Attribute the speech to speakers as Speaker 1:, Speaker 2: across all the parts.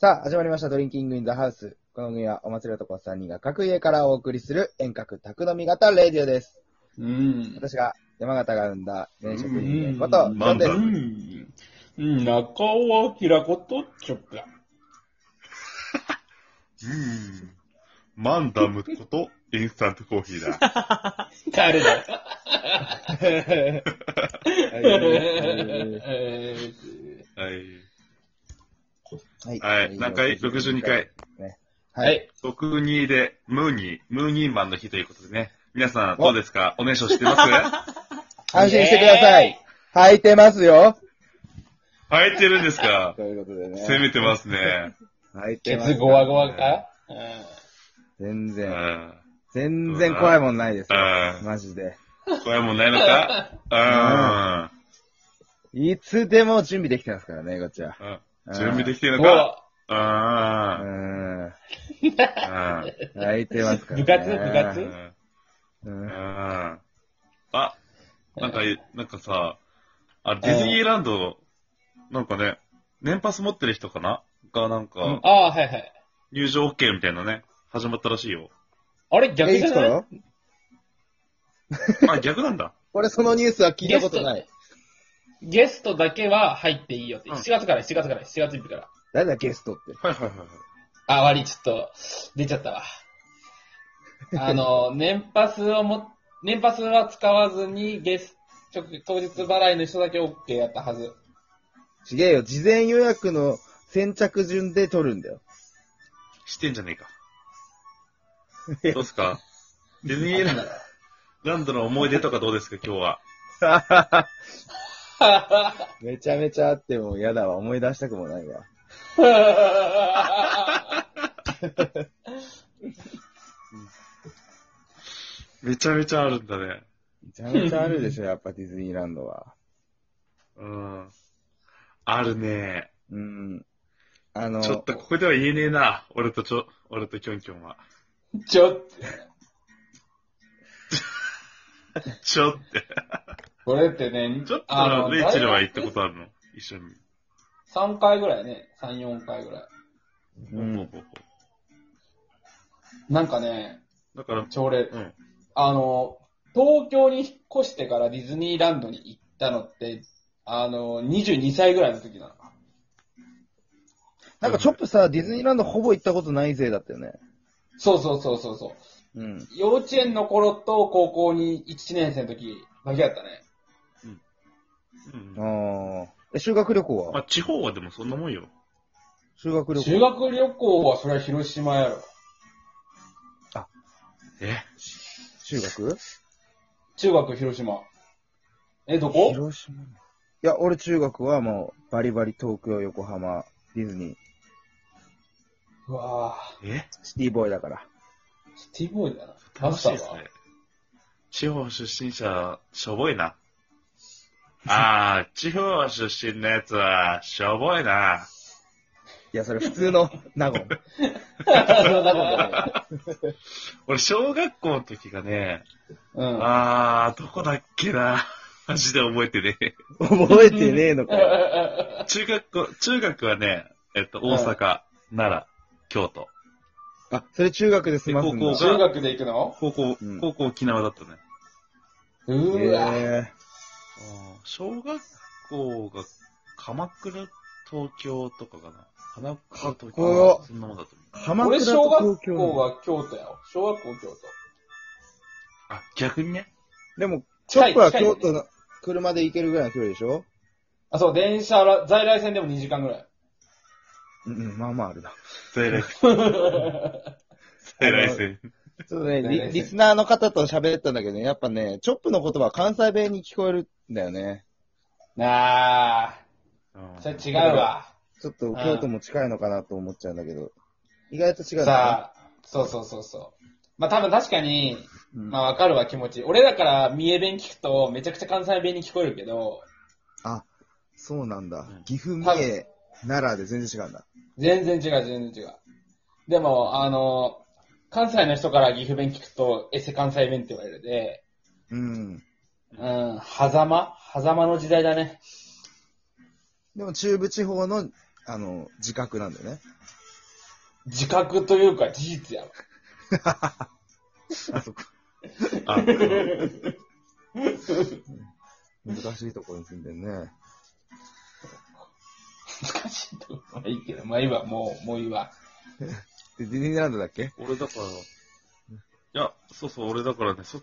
Speaker 1: さあ、始まりました。ドリンキングインザハウス。この組はお祭り男3人が各家からお送りする遠隔宅飲み型レディオです。
Speaker 2: うん。
Speaker 1: 私が山形が生んだ名職人間こと、ジョンで
Speaker 2: う
Speaker 1: す。
Speaker 2: ん。うん中尾明ことチョップ。
Speaker 3: うん。マンダムこと、インスタントコーヒーだ。
Speaker 2: 誰だ
Speaker 1: はい
Speaker 3: はい。
Speaker 1: はい
Speaker 3: はい。何回 ?62 回。。
Speaker 2: は
Speaker 1: はい。
Speaker 2: い。
Speaker 3: 62で、ムーニー、ムーニーマンの日ということでね。皆さん、どうですかおねしょしてます
Speaker 1: 安心してください。履いてますよ。
Speaker 3: 生えてるんですか
Speaker 1: ということでね。
Speaker 3: 攻めてますね。
Speaker 1: 履い
Speaker 2: ケ
Speaker 1: てます
Speaker 2: ツ。ゴワゴワか
Speaker 1: 全
Speaker 3: う
Speaker 1: 然。
Speaker 3: ん。
Speaker 1: 全然怖いもんないですよ
Speaker 3: う。ん
Speaker 1: マジで。
Speaker 3: これもうないのか
Speaker 1: いつでも準備できてますからね、こっちは。
Speaker 3: うんう
Speaker 1: う
Speaker 3: ん。
Speaker 1: ん
Speaker 3: 準備できて
Speaker 2: う
Speaker 3: る
Speaker 2: ん。
Speaker 3: の
Speaker 2: もう
Speaker 3: か、
Speaker 1: う
Speaker 3: うんう
Speaker 1: ん。
Speaker 3: んうん
Speaker 1: 履いてますからね。
Speaker 2: 部活部活
Speaker 1: うん
Speaker 3: うんあ、なんか、なんかさ、あ、ディズニーランド、なんかね、年パス持ってる人かなが、なんか、
Speaker 2: ああ、はいはい。
Speaker 3: 入場 OK みたいなね、始まったらしい よ。
Speaker 2: あれ逆
Speaker 1: え、い
Speaker 2: じゃ
Speaker 1: つか
Speaker 2: ない
Speaker 1: ら
Speaker 3: あ、逆なんだ。
Speaker 1: 俺そのニュースは聞いたことない。
Speaker 2: ゲストだけは入っていいよって。
Speaker 3: うん
Speaker 2: 7月から、7月から、7月1日から。
Speaker 1: 誰だゲストって。
Speaker 3: はいはいはい。はい
Speaker 2: あ、悪い、ちょっと、出ちゃ ったわ。あの、年パスをも、年パスは使わずに、ゲス直当日払いの人だけ OK やったはず。
Speaker 1: ちげえよ、事前予約の先着順で取るんだ よ。
Speaker 3: 知ってんじゃねえか。どうっすかディズニーランドランドの思い出とかどう ですか今日は。
Speaker 1: めちゃめちゃあっても嫌だわ、思い出したくもないわ。
Speaker 3: めちゃめちゃあるんだね。
Speaker 1: めちゃめちゃあるでしょ、やっぱディズニーランドは。
Speaker 3: うん。あるね。
Speaker 1: うん。あの、
Speaker 3: ちょっとここでは言えねえな。俺とちょ、俺とキョンキョンは。
Speaker 2: ちょっと、
Speaker 3: ちょって。
Speaker 2: これってね、
Speaker 3: ちょっと
Speaker 2: あ
Speaker 3: な
Speaker 2: の
Speaker 3: レイチェルは行った
Speaker 2: 大
Speaker 3: ことあるの一緒に。
Speaker 2: 学3回ぐらいね、3、4回ぐらい。
Speaker 1: うん。
Speaker 2: なんかね、
Speaker 3: だから、
Speaker 2: 朝礼、
Speaker 3: うん。
Speaker 2: あの、東京に引っ越してからディズニーランドに行ったのって、あの、22歳ぐらいの時なのか。
Speaker 1: なんかチョップさ、ディズニーランドほぼ行ったことない勢だったよね。
Speaker 2: そうそうそうそうそう。
Speaker 1: うん。
Speaker 2: 幼稚園の頃と高校に1年生の時だけやったね。
Speaker 3: うん、
Speaker 1: ああ。え、修学旅行
Speaker 3: ま
Speaker 1: は
Speaker 3: あ、地方はでもそんなもんよ。
Speaker 1: 修学旅
Speaker 2: 修
Speaker 1: 行。
Speaker 2: 学旅行はそれは広島やろ。
Speaker 3: え
Speaker 1: 修学
Speaker 2: 中学広島。え、どこ
Speaker 1: 広島いや、俺中学はもう、バリバリ東京、横浜、ディズニー、
Speaker 2: うわ
Speaker 3: え
Speaker 1: シティボーイだから。
Speaker 2: ぁ、シティボーイだな。マ
Speaker 3: 楽
Speaker 2: ス
Speaker 3: し
Speaker 2: タ
Speaker 3: い
Speaker 2: ー
Speaker 3: です
Speaker 2: は、
Speaker 3: ね。地方出身者、しょぼいな。あー、地方出身のやつは、しょぼいな。
Speaker 1: いや、それ普通の、名護。
Speaker 2: そんなことない
Speaker 3: 俺、小学校の時がね、
Speaker 2: うん。
Speaker 3: あー、どこだっけな。マジで覚えてね。
Speaker 1: 覚えてねえのかよ。
Speaker 3: 中学校、中学はね、えっと、大阪、奈良、京都。
Speaker 1: あ、それ中学で済ますんだ
Speaker 3: 高。校
Speaker 2: 中学で行くの
Speaker 3: 高校
Speaker 1: うん、
Speaker 3: 高校沖縄だったね。
Speaker 2: う
Speaker 1: え
Speaker 2: ーわぁ、
Speaker 1: え
Speaker 3: 小学校が鎌倉、東京とかかな。鎌倉、東
Speaker 1: かっこよ
Speaker 3: 京。そんなもんだと思う。
Speaker 1: 鎌
Speaker 2: 俺
Speaker 1: 倉と
Speaker 2: 小学
Speaker 1: 東京
Speaker 2: 校
Speaker 1: の。
Speaker 2: は京都やわ。小学校京
Speaker 3: あ、逆にね。
Speaker 1: でも、チョップは
Speaker 2: 近い近い
Speaker 1: 京都の車で行けるぐらいの距離でしょ
Speaker 2: 都。あ、そう、電車ら、在来線でも2時間ぐらい。
Speaker 1: うんうん、まあまああるな。
Speaker 3: 在来線。在来線。
Speaker 1: ちょっとね、
Speaker 2: ね
Speaker 1: リリスナーの方と喋ったんだけどね、やっぱね、チョップの言葉は関西弁に聞こえるんだよね。
Speaker 2: なあ
Speaker 3: うん
Speaker 2: それ違うわ。
Speaker 1: ちょっと京都も近いのかなと思っちゃうんだけど。意外と違うんだ
Speaker 2: さあ、そうそうそうそう。まあ多分確かに、
Speaker 1: ね。うん
Speaker 2: まあわかるわ気持ち。俺らから三重弁聞くとめちゃくちゃ関西弁に聞こえるけど、
Speaker 1: そうなんだ
Speaker 3: うん。
Speaker 1: 岐阜、
Speaker 2: 多
Speaker 1: 三
Speaker 2: 分
Speaker 1: 重、奈良で全然違うんだ。
Speaker 2: 全然違う全然違う。でも、あの、関西の人から岐阜弁聞くと、エセ関西弁って言われるで、
Speaker 1: うん。
Speaker 2: うん、狭間狭間の時代だね。
Speaker 1: でも中部地方のあの、自覚なんだよね。
Speaker 2: 自覚というか事実やわ。
Speaker 1: あそこ、
Speaker 3: あ、そう
Speaker 1: 難しいところに住んでるね。
Speaker 2: 難しいとこ。まあいいけど、まあいいわ、もう、もういいわ。
Speaker 1: で、ディズニーランドだっけ
Speaker 3: 俺だから、いや、そうそう、俺だからね、そ、ん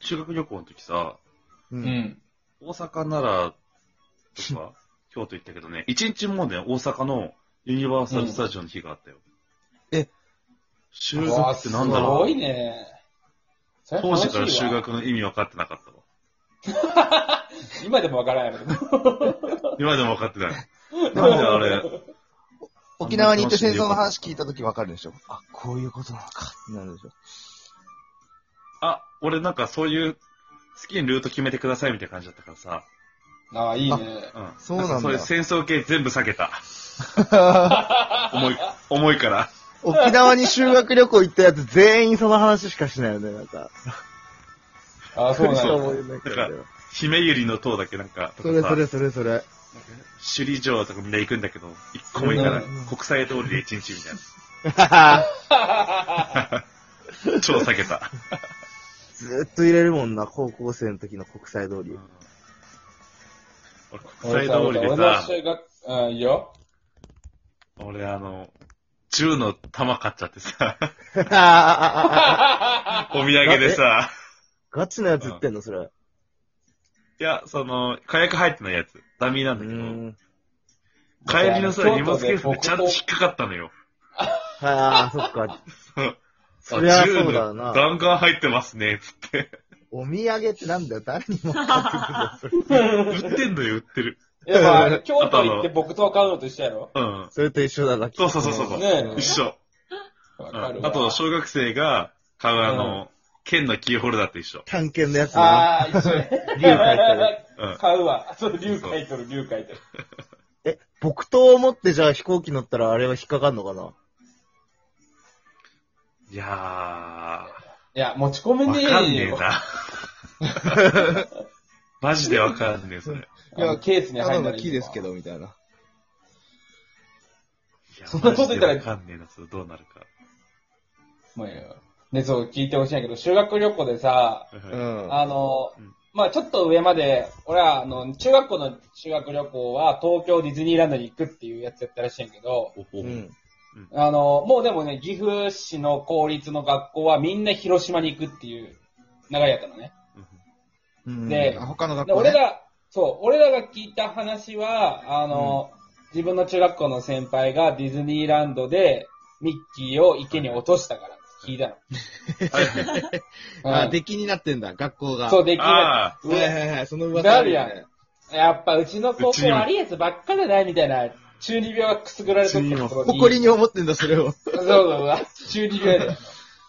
Speaker 3: 修学旅行の時さ、
Speaker 1: う
Speaker 2: う。ん。
Speaker 3: 大阪なら、とか、京都行ったけどね、一日もね、大阪のユニバーサルスタジオの日があったよ。
Speaker 1: え
Speaker 3: 修学ってなんだ
Speaker 2: うわす
Speaker 3: ろ
Speaker 2: ご
Speaker 3: う
Speaker 2: いね。それ
Speaker 3: 当
Speaker 2: 楽しい
Speaker 3: 時
Speaker 2: わ
Speaker 3: から修。学の意味分かってなかったわ。
Speaker 2: 今でもわからんやろ。
Speaker 3: 今でも分かっ てない。なんであれ、
Speaker 1: 沖縄に行って戦争の話聞いたときわかるでしょあ、こういうことなのかってなるでしょ
Speaker 3: あ、俺なんかそういう、好きにルート決めてくださいみたいな感じだったからさ。
Speaker 2: ああ、いいね。
Speaker 3: うん。
Speaker 1: そうなんだ
Speaker 3: かそういう戦争系全部避けた。 重い、重いから。
Speaker 1: 沖縄に修学旅行行ったやつ全員その話しかしないよね、なんか。
Speaker 2: ああ、そうなん
Speaker 1: しか
Speaker 2: や
Speaker 1: 思い出ないからね
Speaker 3: 姫ゆりの塔だけなんか、とか
Speaker 1: そ
Speaker 3: さ
Speaker 1: れそれそれそれ。
Speaker 3: 首里城とかみんな行くんだけど、一個も行かない
Speaker 1: うん。
Speaker 3: 国際通りで一日みたい
Speaker 2: あ
Speaker 3: な。超避けた。
Speaker 1: ずっと入れるもんな、高校生の時の国際 通り。
Speaker 3: 俺国際通りで
Speaker 2: 俺の
Speaker 3: さ、
Speaker 2: 修学、うん、いい よ。
Speaker 3: 俺あの、銃の弾買っちゃっ てさ、お土産でさ、
Speaker 1: ガチなやつ言ってんの、それ。う
Speaker 3: いや、その、火薬入ってないやつ、ダミーなんだけど、
Speaker 1: ん。
Speaker 3: 帰りのさ、
Speaker 2: 京都で
Speaker 3: 荷物ケースでちゃんと引っかかったのよ。
Speaker 1: はあ、そっか。
Speaker 3: うん
Speaker 1: そりゃ
Speaker 3: あ銃
Speaker 1: そうだよな
Speaker 3: の弾丸入ってますね、つって。
Speaker 1: お土産ってなんだよ、誰にも買ってくるよ それ。
Speaker 3: 売ってんのよ、売ってる。
Speaker 2: やっぱ、京都行って僕と買うのと一緒やろ。
Speaker 3: うん。
Speaker 1: それと一緒だな、
Speaker 3: そうそうそうそう。
Speaker 2: ね
Speaker 3: 一緒。
Speaker 2: わ
Speaker 3: う
Speaker 2: かる
Speaker 3: ん
Speaker 2: わ。
Speaker 3: あと、小学生が買うあの、剣のキーホルダーと一緒。
Speaker 1: 探検のやつな。
Speaker 2: ああ、一緒や。
Speaker 1: 竜書いてる。
Speaker 3: うん。
Speaker 2: 買うわ。そう、竜書いとる、竜書いとる。
Speaker 1: え、木刀を持ってじゃあ飛行機乗ったらあれは引っかかんのかない
Speaker 3: や
Speaker 2: いや、持ち込め
Speaker 3: ー、わ
Speaker 2: ねえよ。
Speaker 3: かんねえな。マジでわかんねえ、それ。
Speaker 2: い
Speaker 3: い
Speaker 2: や、ケースに入
Speaker 1: た
Speaker 2: ん
Speaker 1: だ
Speaker 2: な
Speaker 1: の
Speaker 2: いい
Speaker 1: 木ですけど、みたいな。
Speaker 3: や
Speaker 2: そんなこと言ったら
Speaker 3: マジでわかんねえな、それどうなるか。
Speaker 2: まあいいよね、そう、聞いてほしいんやけど、修学旅行でさ、
Speaker 1: う
Speaker 3: うん
Speaker 1: ん。
Speaker 2: あの
Speaker 3: うん、
Speaker 2: まあちょっと上まで、俺は、あの、中学校の修学旅行は東京ディズニーランドに行くっていうやつやったらしいんやけど、
Speaker 3: お
Speaker 1: う
Speaker 3: ほ
Speaker 1: ん。
Speaker 2: あの、もうでもね、岐阜市の公立の学校はみんな広島に行くっていう流れやったのね。
Speaker 1: うん
Speaker 2: で
Speaker 1: あ他の学
Speaker 2: で、
Speaker 1: 校、
Speaker 2: 俺
Speaker 1: ね。
Speaker 2: ら、そう、俺らが聞いた話は、あの、自分の中学校の先輩がディズニーランドでミッキーを池に落としたから、聞いたの。
Speaker 1: あ、
Speaker 2: うん
Speaker 1: 出来になってんだ、学校が。
Speaker 2: そう、できない。
Speaker 3: ああ、
Speaker 1: はいはいはい、その噂
Speaker 2: な
Speaker 1: あ
Speaker 2: る
Speaker 1: る
Speaker 2: や
Speaker 1: よ
Speaker 2: ん
Speaker 1: ね。
Speaker 2: やっぱうちの高
Speaker 3: うちに
Speaker 2: 校
Speaker 3: も
Speaker 2: 悪いやつばっかだな、みたいな。中二病がくすぐられとったところに。
Speaker 1: 誇りに思ってんだ、それを。
Speaker 2: そうそうそう。中二病だよ。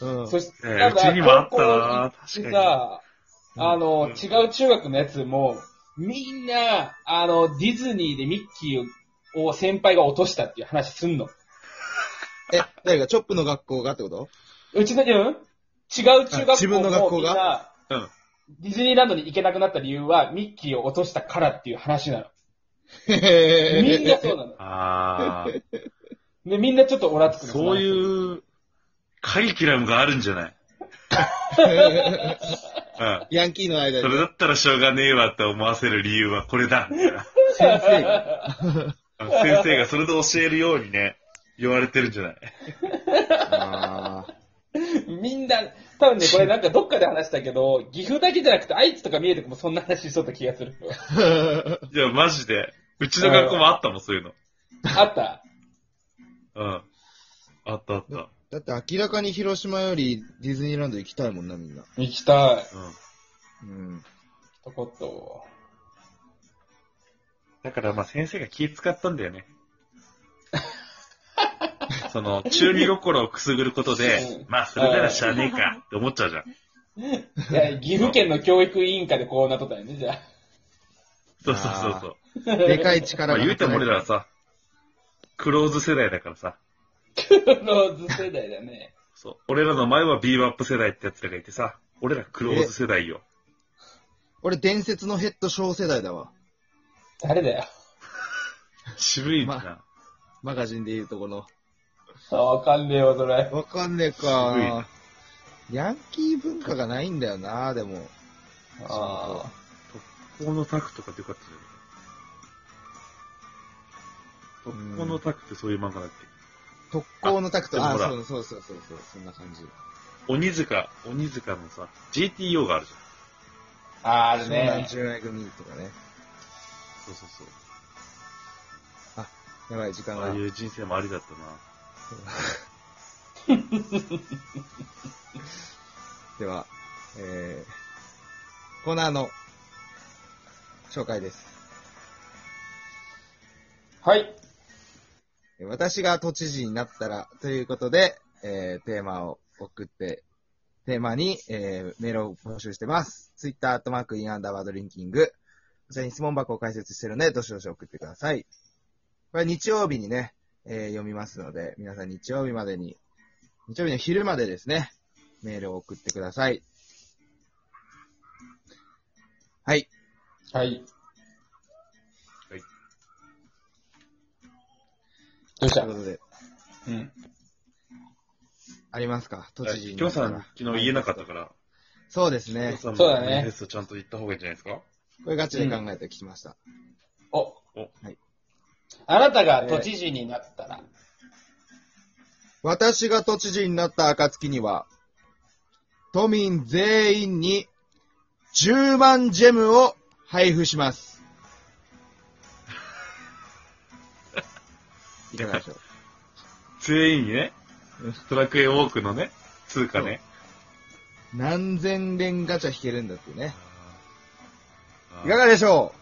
Speaker 1: うん。
Speaker 2: そして、
Speaker 3: えー
Speaker 2: なんか
Speaker 3: うちにもあったな
Speaker 2: 高校行ってさ、
Speaker 1: 確かに
Speaker 2: あの、
Speaker 3: うん
Speaker 2: 違う中学のやつも、みんな、あの、ディズニーでミッキーを先輩が落としたっていう話すんの。
Speaker 1: え、誰が、チョップの学校がってこと
Speaker 2: うちの、うん違う中学校も
Speaker 1: 自分の学校が
Speaker 2: みんな
Speaker 3: うん
Speaker 2: ディズニーランドに行けなくなった理由は、ミッキーを落としたからっていう話なの。
Speaker 1: へ
Speaker 2: みんなそうなの。
Speaker 3: あー
Speaker 2: で、みんなちょっとオラつくの
Speaker 3: そういう、カリキュラムがあるんじゃないうん。
Speaker 1: ヤンキーの間
Speaker 3: それ
Speaker 1: で
Speaker 3: だったらしょうがねえわって思わせる理由はこれだ。みたいな
Speaker 1: 先生が。
Speaker 3: あの先生がそれで教えるようにね、言われてるんじゃない
Speaker 1: あ
Speaker 2: みんな、多分ね、これなんかどっかで話したけど、岐阜だけじゃなくて愛知とか三重とかもそんな話しとった気がする。
Speaker 1: ー
Speaker 3: いや、マジで。うちの学校もあったもん、そういうの。
Speaker 2: あった。
Speaker 3: うん。あったあった。
Speaker 1: だって明らかに広島よりディズニーランド行きたいもんな、みんな。
Speaker 2: 行きたい。
Speaker 3: うん。
Speaker 1: うん。
Speaker 2: とこと。
Speaker 3: だからまあ先生が気使ったんだよね。その、中二心をくすぐること
Speaker 2: う
Speaker 3: で
Speaker 2: ん、
Speaker 3: まあそれならしゃあねえかって思っちゃうじゃん。
Speaker 2: いや、岐阜県の教育委員会でこうなっとったんやね、じゃあ。
Speaker 3: そうそうそうそう。
Speaker 1: でかい
Speaker 3: ま
Speaker 1: 力
Speaker 3: あ
Speaker 1: が。
Speaker 3: 言うても俺らはさ、クローズ世代だからさ、
Speaker 2: クローズ世代だね。
Speaker 3: そう。俺らの前はビーバップ世代ってやつらがいてさ、俺らクローズ世代よ。
Speaker 1: 俺伝説のヘッド小世代だわ。
Speaker 2: 誰だよ。
Speaker 3: 渋いな。
Speaker 1: まマガジンでいうとこの。
Speaker 2: あ、わかんねえわ、それ。
Speaker 1: わかんねえ
Speaker 3: 渋いな
Speaker 1: か。ヤンキー文化がないんだよな、でも。
Speaker 2: ああ。
Speaker 3: 特攻のタクとかってよかったじゃん。特攻のタクってそういう漫画だっ
Speaker 1: 特攻のタクト。
Speaker 3: あ
Speaker 1: あ、
Speaker 3: でも
Speaker 1: そ
Speaker 3: ほ
Speaker 1: うそうそうそうそう、そんな感じ。
Speaker 3: け鬼塚、鬼塚のさ、GTO があるじゃん。
Speaker 2: あーあ
Speaker 1: 湘
Speaker 2: る
Speaker 1: 南
Speaker 2: ね。
Speaker 1: 純愛組とかね。
Speaker 3: そうそうそう。
Speaker 1: やばい、時間
Speaker 3: あ
Speaker 1: が
Speaker 3: あい。う人生もありだったな。
Speaker 1: では、えー、コーナーの紹介です。
Speaker 2: はい。
Speaker 1: 私が都知事になったらということで、えー、テーマを送って、テーマに、えー、メールを募集してます。ツイッターアットマークインアンダーバードリンキング。こちらに質問箱を開設してるので、どしどし送ってください。これ日曜日にね、えー読みますので、皆さん日曜日までに、日曜日の昼までですね、メールを送ってください。はい。
Speaker 2: はい。
Speaker 3: はい。
Speaker 2: どうし
Speaker 1: とい
Speaker 2: た
Speaker 1: うことで、
Speaker 2: うん。
Speaker 1: ありますか都知事
Speaker 3: え
Speaker 1: に
Speaker 3: きょ
Speaker 1: な
Speaker 3: う
Speaker 1: ったら。
Speaker 3: さん、昨日言えなかったから、
Speaker 1: そうです
Speaker 3: きょう
Speaker 1: ね。
Speaker 3: さんも
Speaker 2: そうだね
Speaker 3: マニフェストちゃんと言った方がいいんじゃないですか
Speaker 1: これガチで考えてきました。
Speaker 2: お。
Speaker 3: お
Speaker 1: はい
Speaker 2: あなたが都知事になったら、
Speaker 1: 私が都知事になった暁には、都民全員に10万ジェムを配布します。 いかがでしょう
Speaker 3: 全員にね、ドラクエウォークのね、通貨ね。
Speaker 1: 何千連ガチャ引けるんだっていうね。
Speaker 3: あー
Speaker 1: いかがでしょう